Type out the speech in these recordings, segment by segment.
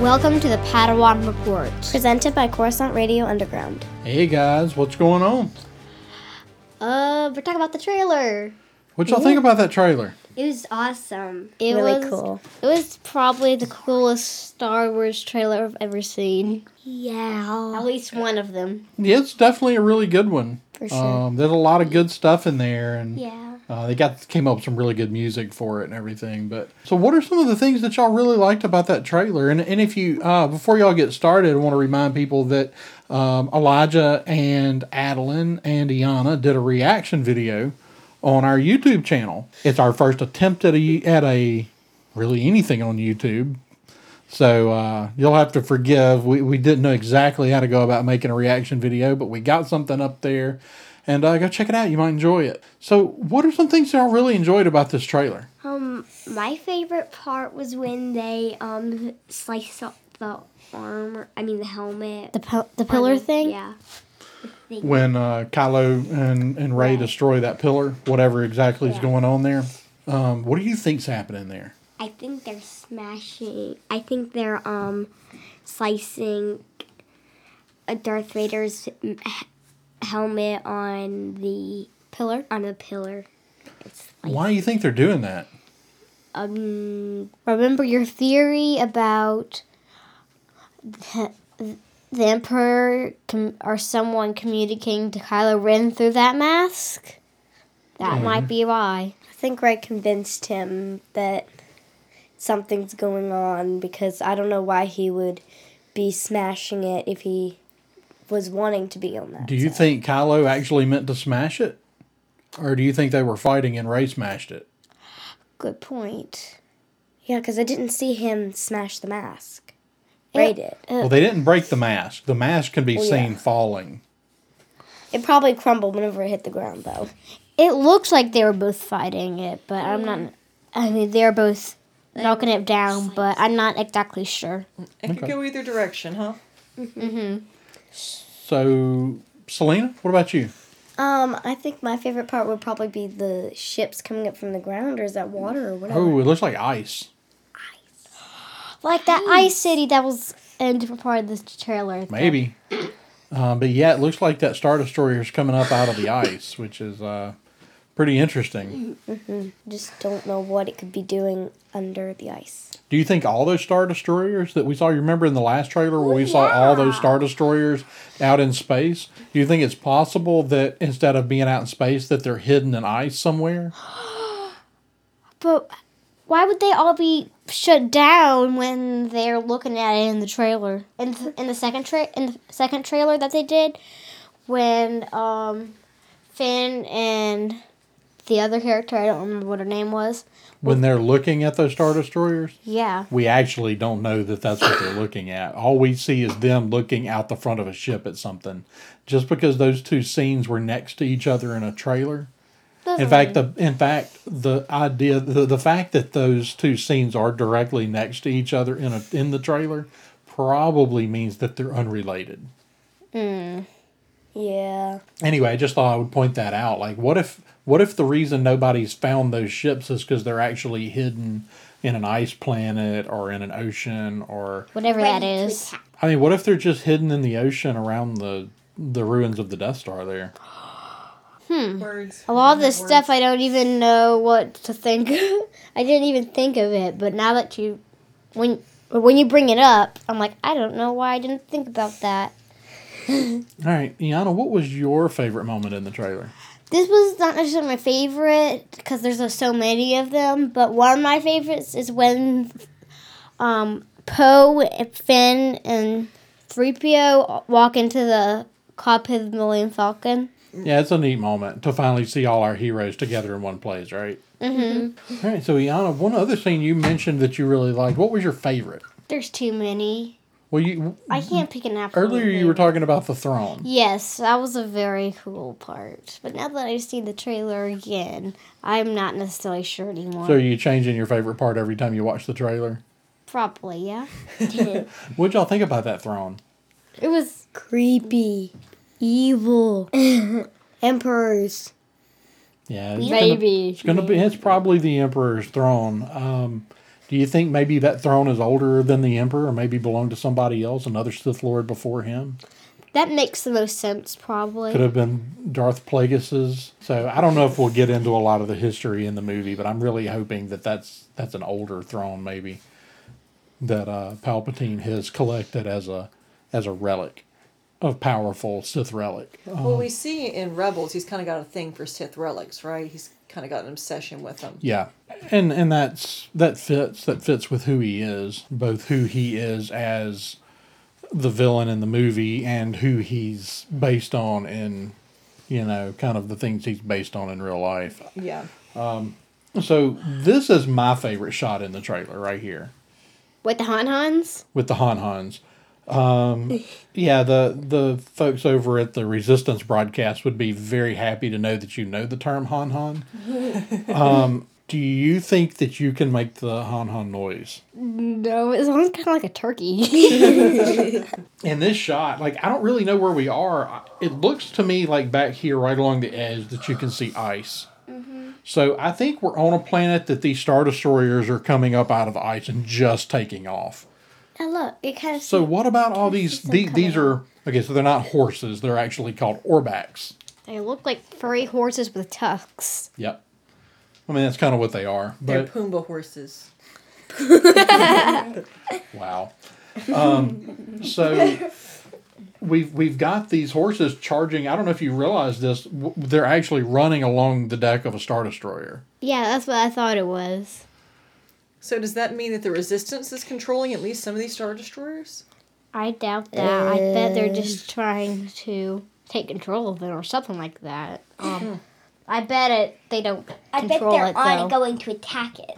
Welcome to the Padawan Report. Presented by Coruscant Radio Underground. Hey guys, what's going on? Uh, we're talking about the trailer. What y'all think about that trailer? It was awesome. It Really was, cool. It was probably the coolest Star Wars trailer I've ever seen. At Yeah. least one of them. Yeah, it's definitely a really good one. For sure. Um, there's a lot of good stuff in there, and Yeah. uh, they got came up with some really good music for it and everything. But so, what are some of the things that y'all really liked about that trailer? And and if you uh, before y'all get started, I want to remind people that um, Elijah and Adeline and Iana did a reaction video on our YouTube channel. It's our first attempt at a at a really anything on YouTube. So uh, you'll have to forgive. We, we didn't know exactly how to go about making a reaction video, but we got something up there. And uh, go check it out. You might enjoy it. So, what are some things that I really enjoyed about this trailer? Um, my favorite part was when they um sliced up the armor. I mean the helmet. The, pil- the pillar Um, thing? Yeah. When uh, Kylo and, and Ray destroy that pillar, whatever exactly is going on there. Um, what do you think's happening there? I think they're smashing. I think they're um slicing a Darth Vader's m- h- helmet on the Pillar? on the pillar. Why do you think they're doing that? Um, Remember your theory about the, the Emperor com- or someone communicating to Kylo Ren through that mask? That might be why. I think Ray convinced him that something's going on because I don't know why he would be smashing it if he was wanting to be on that. Do you think Kylo actually meant to smash it? Or do you think they were fighting and Ray smashed it? Good point. Yeah, because I didn't see him smash the mask. Ray did. Uh, Well, they didn't break the mask. The mask can be yeah. seen falling. It probably crumbled whenever it hit the ground, though. It looks like they were both fighting it, but I'm not. I mean, they're both knocking it down, but I'm not exactly sure. It could go either direction, huh? So, Selena, what about you? Um, I think my favorite part would probably be the ships coming up from the ground, or is that water or whatever? Oh, it looks like ice. Like that ice city that was in a different part of this trailer. Maybe. Um, but yeah, it looks like that Star Destroyer's coming up out of the ice, which is uh, pretty interesting. Just don't know what it could be doing under the ice. Do you think all those Star Destroyers that we saw, you remember in the last trailer where we saw all those Star Destroyers out in space? Do you think it's possible that instead of being out in space, that they're hidden in ice somewhere? But why would they all be shut down when they're looking at it in the trailer? In th- in the second tra- in the second trailer that they did, when um, Finn and the other character I don't remember what her name was. When they're looking at those Star Destroyers? Yeah. we actually don't know that that's what they're looking at. All we see is them looking out the front of a ship at something. Just because those two scenes were next to each other in a trailer. in fact, the in fact the idea the, the fact that those two scenes are directly next to each other in a in the trailer probably means that they're unrelated. Yeah. Anyway, I just thought I would point that out. Like, what if what if the reason nobody's found those ships is because they're actually hidden in an ice planet or in an ocean or Whatever that is. I mean, what if they're just hidden in the ocean around the the ruins of the Death Star there? Words. Mm. A lot of this stuff I don't even know what to think. I didn't even think of it, but now that you, when when you bring it up, I'm like, I don't know why I didn't think about that. All right, Iana, what was your favorite moment in the trailer? This was not necessarily my favorite because there's uh, so many of them, but one of my favorites is when um, Poe, and Finn, and 3PO walk into the cockpit of the Millennium Falcon. Yeah, it's a neat moment to finally see all our heroes together in one place, right? Mm-hmm. right, so Iana, one other thing you mentioned that you really liked. What was your favorite? There's too many. Well, you I can't pick an absolute. Mm-hmm. earlier you were favorite. talking about the throne. Yes, that was a very cool part. But now that I've seen the trailer again, I'm not necessarily sure anymore. So are you changing your favorite part every time you watch the trailer? Probably, yeah. What'd y'all think about that throne? It was Creepy. Evil. Emperors. Yeah, it's gonna- maybe. It's gonna be. It's probably the Emperor's throne. Um, Do you think maybe that throne is older than the Emperor, or maybe belonged to somebody else, another Sith Lord before him? That makes the most sense, probably. Could have been Darth Plagueis's. So I don't know if we'll get into a lot of the history in the movie, but I'm really hoping that that's that's an older throne, maybe that uh, Palpatine has collected as a as a relic of powerful Sith relic. well, we see in Rebels, he's kind of got a thing for Sith relics, right? He's kind of got an obsession with them. Yeah, and and that's that fits that fits with who he is, both who he is as the villain in the movie and who he's based on in you know kind of the things he's based on in real life. Yeah. So this is my favorite shot in the trailer right here. With the Han Hans? with the Han Hans. Um, yeah, the the folks over at the Resistance broadcast would be very happy to know that you know the term Han Han. Um, do you think that you can make the Han Han noise? No, it sounds kind of like a turkey. in this shot, like I don't really know where we are. I- It looks to me like back here, right along the edge, that you can see ice. So I think we're on a planet that these star destroyers are coming up out of the ice and just taking off. oh, look, it kind of. So what about all these? The, these are okay. So they're not horses. They're actually called orbaks. they look like furry horses with tucks. Yep. I mean that's kind of what they are. They're But Pumbaa horses. wow. Um, so we've we've got these horses charging. I don't know if you realize this. W- they're actually running along the deck of a star destroyer. Yeah, that's what I thought it was. So does that mean that the Resistance is controlling at least some of these Star Destroyers? I doubt that. I bet they're just trying to take control of it or something like that. Um, I bet it. They don't I bet control they're it though. on going to attack it.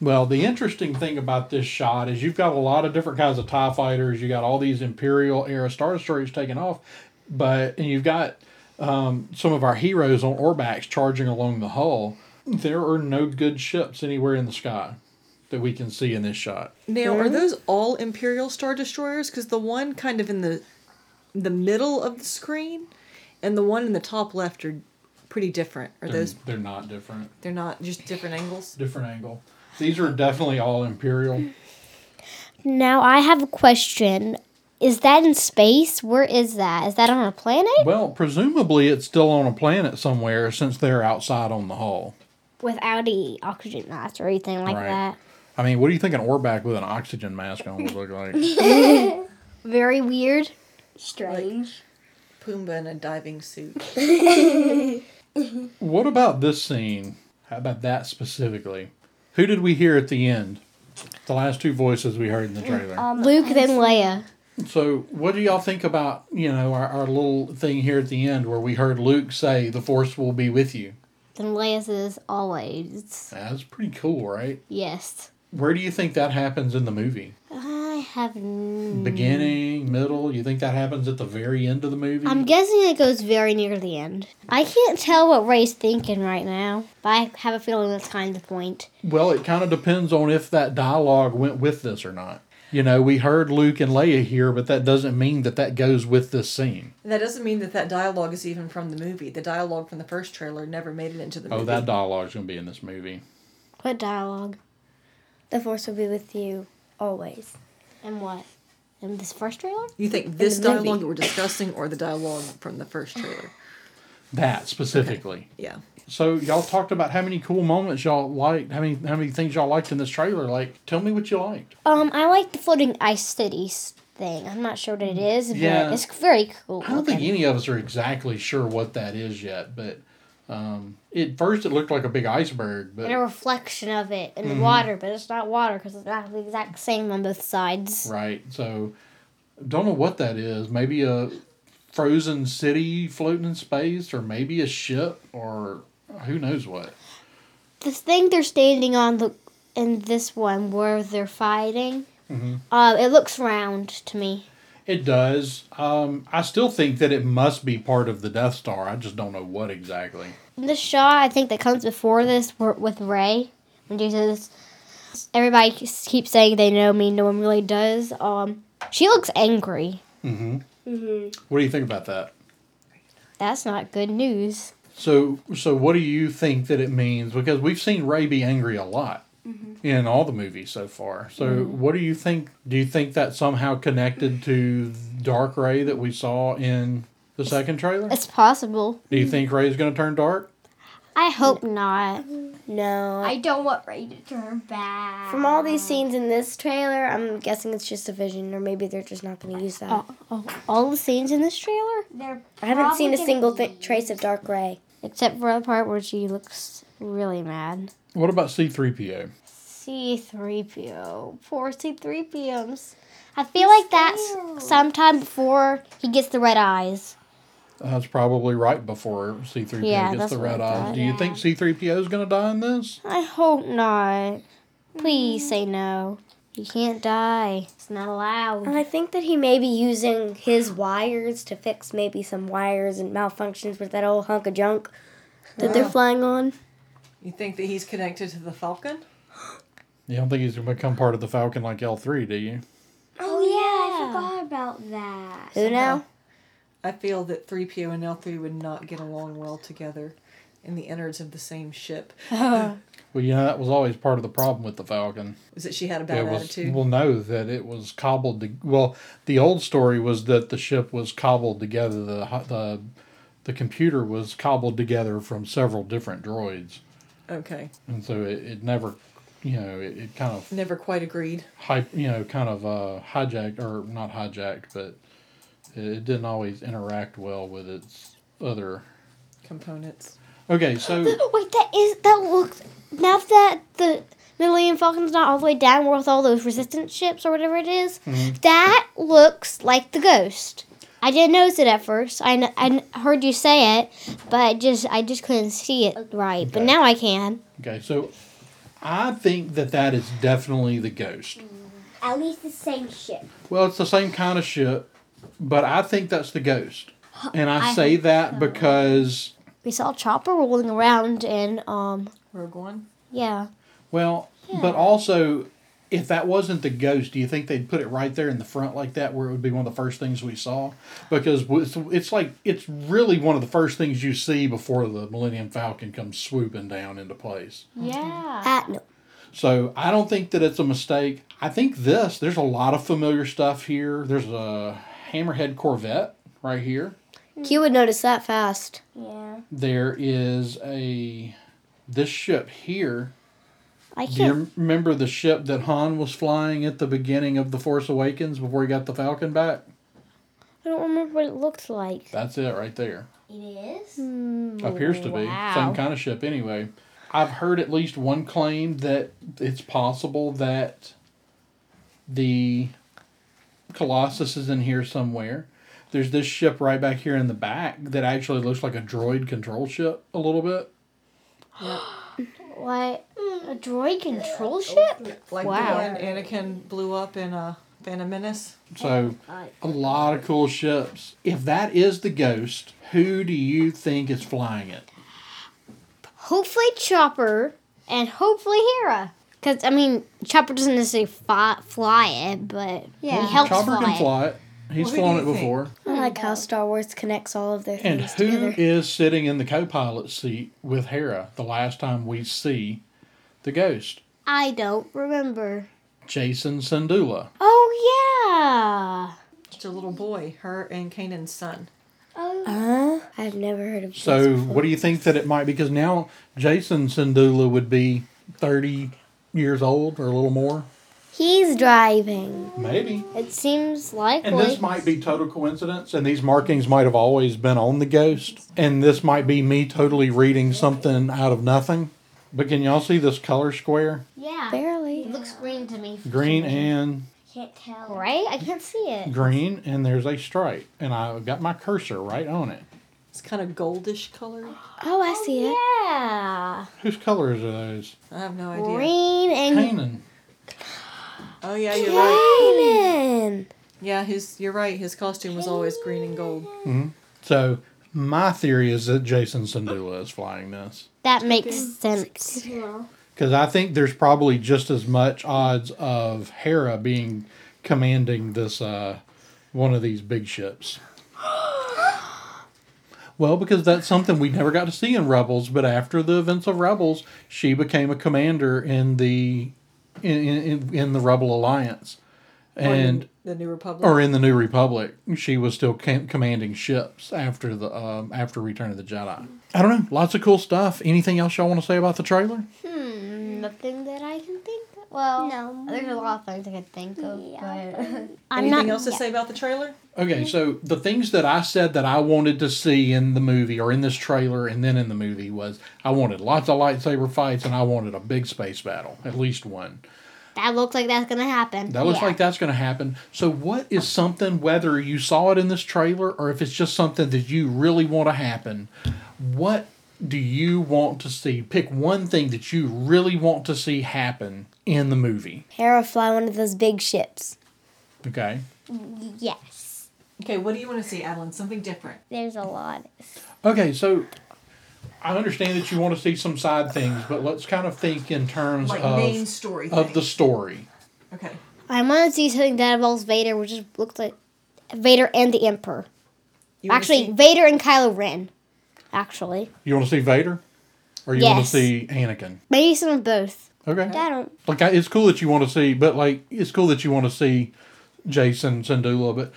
Well, the interesting thing about this shot is you've got a lot of different kinds of TIE fighters. You got all these Imperial era Star Destroyers taking off, but and you've got um, some of our heroes on Orbax charging along the hull. There are no good ships anywhere in the sky that we can see in this shot. Now, are those all Imperial Star Destroyers? Because the one kind of in the the middle of the screen, and the one in the top left are pretty different. Are They're, those? they're not different, They're not just different angles. different angle. These are definitely all Imperial. Now I have a question. Is that in space? Where is that? Is that on a planet? Well, presumably it's still on a planet somewhere since they're outside on the hull. Without any oxygen mask or anything like Right. that. I mean, what do you think an Orbac with an oxygen mask on would look like? Very weird. Strange. Pumbaa in a diving suit. What about this scene? How about that specifically? Who did we hear at the end? The last two voices we heard in the trailer. Luke then Leia. so, what do y'all think about you know our, our little thing here at the end where we heard Luke say, "The Force will be with you." Then Leia says always. That's pretty cool, right? Yes. Where do you think that happens in the movie? I have. n- Beginning, middle? You think that happens at the very end of the movie? I'm guessing it goes very near the end. I can't tell what Ray's thinking right now, but I have a feeling that's kind of the point. Well, it kind of depends on if that dialogue went with this or not. You know, we heard Luke and Leia here, but that doesn't mean that that goes with this scene. That doesn't mean that that dialogue is even from the movie. The dialogue from the first trailer never made it into the movie. Oh, that dialogue's gonna be in this movie. What dialogue? The force will be with you always. And what? In this first trailer? You think this the movie. dialogue that we're discussing or the dialogue from the first trailer? That specifically. Yeah. So y'all talked about how many cool moments y'all liked, how many how many things y'all liked in this trailer. Like, tell me what you liked. Um, I like the floating ice cities thing. I'm not sure what it is, but Yeah. it's very cool. I don't think looking. any of us are exactly sure what that is yet, but um, at first it looked like a big iceberg, but and a reflection of it in Mm-hmm. the water, but it's not water because it's not the exact same on both sides. right. So don't know what that is. Maybe a frozen city floating in space, or maybe a ship, or who knows what. This thing they're standing on the in this one where they're fighting, uh, it looks round to me. It does. Um, I still think that it must be part of the Death Star. I just don't know what exactly. In the shot I think that comes before this where- with Ray when she says, "Everybody keeps keeps saying they know me, no one really does." Um, she looks angry. What do you think about that? That's not good news. So, so what do you think that it means? Because we've seen Ray be angry a lot. Mm-hmm. in all the movies so far. So, what do you think? Do you think that somehow connected to Dark Ray that we saw in the second trailer? It's possible. Do you think Ray's going to turn dark? I hope not. No. I don't want Ray to turn back. From all these scenes in this trailer, I'm guessing it's just a vision, or maybe they're just not going to use that. Oh, oh, all the scenes in this trailer, They're I haven't seen a probably single gonna th- use- trace of dark gray. except for the part where she looks really mad. What about C3PO? C3PO. Poor C3PO. 's- I feel like that's sometime before he gets the red eyes. That's probably right before C3PO Yeah, gets that's the what I red thought. eye. Do you think C3PO is going to die in this? I hope not. Mm. Please say no. You can't die. It's not allowed. I think that he may be using his wires to fix maybe some wires and malfunctions with that old hunk of junk that Oh. they're flying on. You think that he's connected to the Falcon? You don't think he's going to become part of the Falcon like L3, do you? Oh yeah, I forgot about that. Who now? I feel that 3PO and L3 would not get along well together in the innards of the same ship. Well, you know, that was always part of the problem with the Falcon. Was that she had a bad it was, attitude? Well, no, that it was cobbled. To, well, the old story was that the ship was cobbled together. The ho- the the computer was cobbled together from several different droids, Okay. and so it, it never, you know, it, it kind of Never quite agreed. hype, you know, kind of uh, hijacked or not hijacked, but it, it didn't always interact well with its other. Components. Okay, so Wait, that is that looks now that the Millennium Falcon's not all the way down with all those resistance ships or whatever it is, Mm-hmm. That looks like the ghost. I didn't notice it at first. I, kn- I kn- heard you say it, but just I just couldn't see it right. But Okay. now I can. okay, so I think that that is definitely the ghost. At least the same ship. Well, it's the same kind of ship, but I think that's the ghost. And I, say that because, We saw Chopper rolling around and um Rogue One? yeah. well, but also, if that wasn't the ghost, do you think they'd put it right there in the front like that, where it would be one of the first things we saw? Because w- it's, it's like, it's really one of the first things you see before the Millennium Falcon comes swooping down into place. Yeah. Ah, no. So I don't think that it's a mistake. I think this, there's a lot of familiar stuff here. There's a Hammerhead Corvette right here. Q would notice that fast. Yeah. there is a this ship here. I Do can't you remember the ship that Han was flying at the beginning of The Force Awakens before he got the Falcon back? I don't remember what it looked like. That's it right there. It is. Appears to be. wow. Same kind of ship anyway. I've heard at least one claim that it's possible that the Colossus is in here somewhere. There's this ship right back here in the back that actually looks like a droid control ship a little bit. What a droid control ship? Like Wow. the one Anakin blew up in uh, Phantom Menace. So Oh, a lot of cool ships. If that is the ghost, who do you think is flying it? Hopefully Chopper and hopefully Hera. Cause I mean Chopper doesn't necessarily fly, fly it, but yeah. he helps Chopper fly can it. fly it. He's Well, who flown do it you think? before. I like how Star Wars connects all of their And things who together. is sitting in the co pilot seat with Hera the last time we see the ghost? I don't remember. Jason Sandula. Oh yeah. It's a little boy, her and Kanan's son. Huh? I've never heard of this So what do you think that it might be? Because now Jason Sandula would be 30 years old or a little more. He's driving. Maybe. It seems likely. And this might be total coincidence, and these markings might have always been on the ghost, and this might be me totally reading something out of nothing. But can y'all see this color square? yeah. Barely. looks green to me. Green and Can't tell. Right? I can't see it. green, and there's a stripe, and I've got my cursor right on it. It's kind of goldish colored. Oh, I see it. Yeah. Whose colors are those? I have no idea. Green and Kanan. Oh yeah, you're right. Kanan. Yeah, his you're right. His costume was always green and gold. So my theory is that Jason Sandula is flying this. that makes sense. Because I think there's probably just as much odds of Hera being commanding this uh, one of these big ships. Well, because that's something we never got to see in Rebels, but after the events of Rebels, she became a commander in the in in, in the Rebel Alliance. And the New Republic. or in the New Republic, she was still cam- commanding ships after the um, after Return of the Jedi. I don't know, lots of cool stuff. Anything else y'all want to say about the trailer? Mm. Nothing that I can think of. Well, No. There's a lot of things I can think of, but I'm Anything not. else to say about the trailer? Okay, so the things that I said that I wanted to see in the movie or in this trailer and then in the movie was I wanted lots of lightsaber fights and I wanted a big space battle, at least one. That looks like that's gonna happen. That looks Yeah. like that's going to happen. So, what is something, whether you saw it in this trailer or if it's just something that you really want to happen, what do you want to see? Pick one thing that you really want to see happen in the movie. Hera fly one of those big ships. Okay. yes. Okay, what do you want to see, Adeline? Something different. There's a lot. Okay, so I understand that you want to see some side things, but let's kind of think in terms Like of main story of thing. the story. Okay. I want to see something that involves Vader, which just looks like Vader and the Emperor. You wanna Actually, see- Vader and Kylo Ren. Actually, You want to see Vader, or you want to Yes. see Anakin? maybe some of both. Okay. I don't. Like I, it's cool that you want to see, but like it's cool that you want to see Jason Sandula, but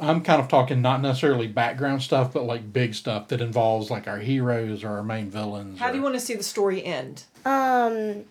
I'm kind of talking not necessarily background stuff, but like big stuff that involves like our heroes or our main villains. how do you or- want to see the story end? Um,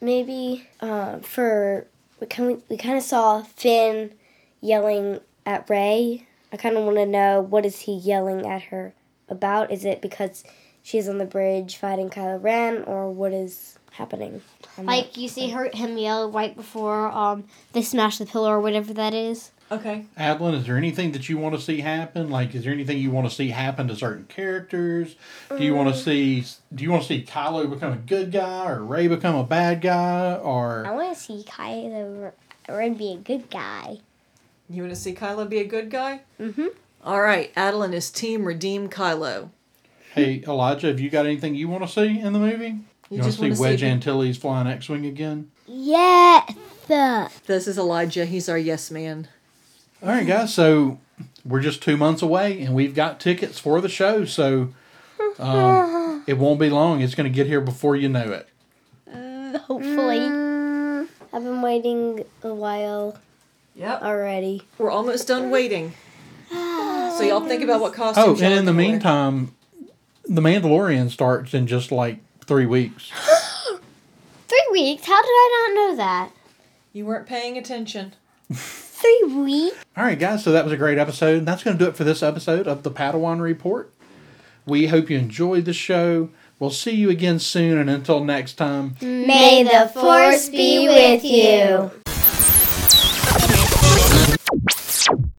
maybe uh, for we kind we kind of saw Finn yelling at Ray. I kind of want to know what is he yelling at her about? Is it because she's on the bridge fighting Kylo Ren, or what is happening? I'm not- Like you see her him yell right before um they smash the pillar or whatever that is. Okay. Adeline, is there anything that you want to see happen? Like, is there anything you want to see happen to certain characters? Do you want to Mm. see? Do you want to see Kylo become a good guy or Ray become a bad guy? I Or want to see Kylo Ren be a good guy. You want to see Kylo be a good guy? Mm-hmm. All right, Adeline is team redeem Kylo. hey, Elijah, have you got anything you want to see in the movie? You, want just to wanna see see Wedge the- Antilles flying X-wing again? Yeah. The This is Elijah. He's our yes man. All right, guys. So we're just two months away, and we've got tickets for the show. So um, it won't be long. It's going to get here before you know it. hopefully. I've been waiting a while Yep. already. We're almost done waiting. So y'all think about what costumes. Oh, y'all and in the can wear. meantime, the Mandalorian starts in just like three weeks. three weeks. How did I not know that? you weren't paying attention. Three weeks. All right, guys. So that was a great episode, and that's going to do it for this episode of the Padawan Report. We hope you enjoyed the show. We'll see you again soon, and until next time. May the force be with you.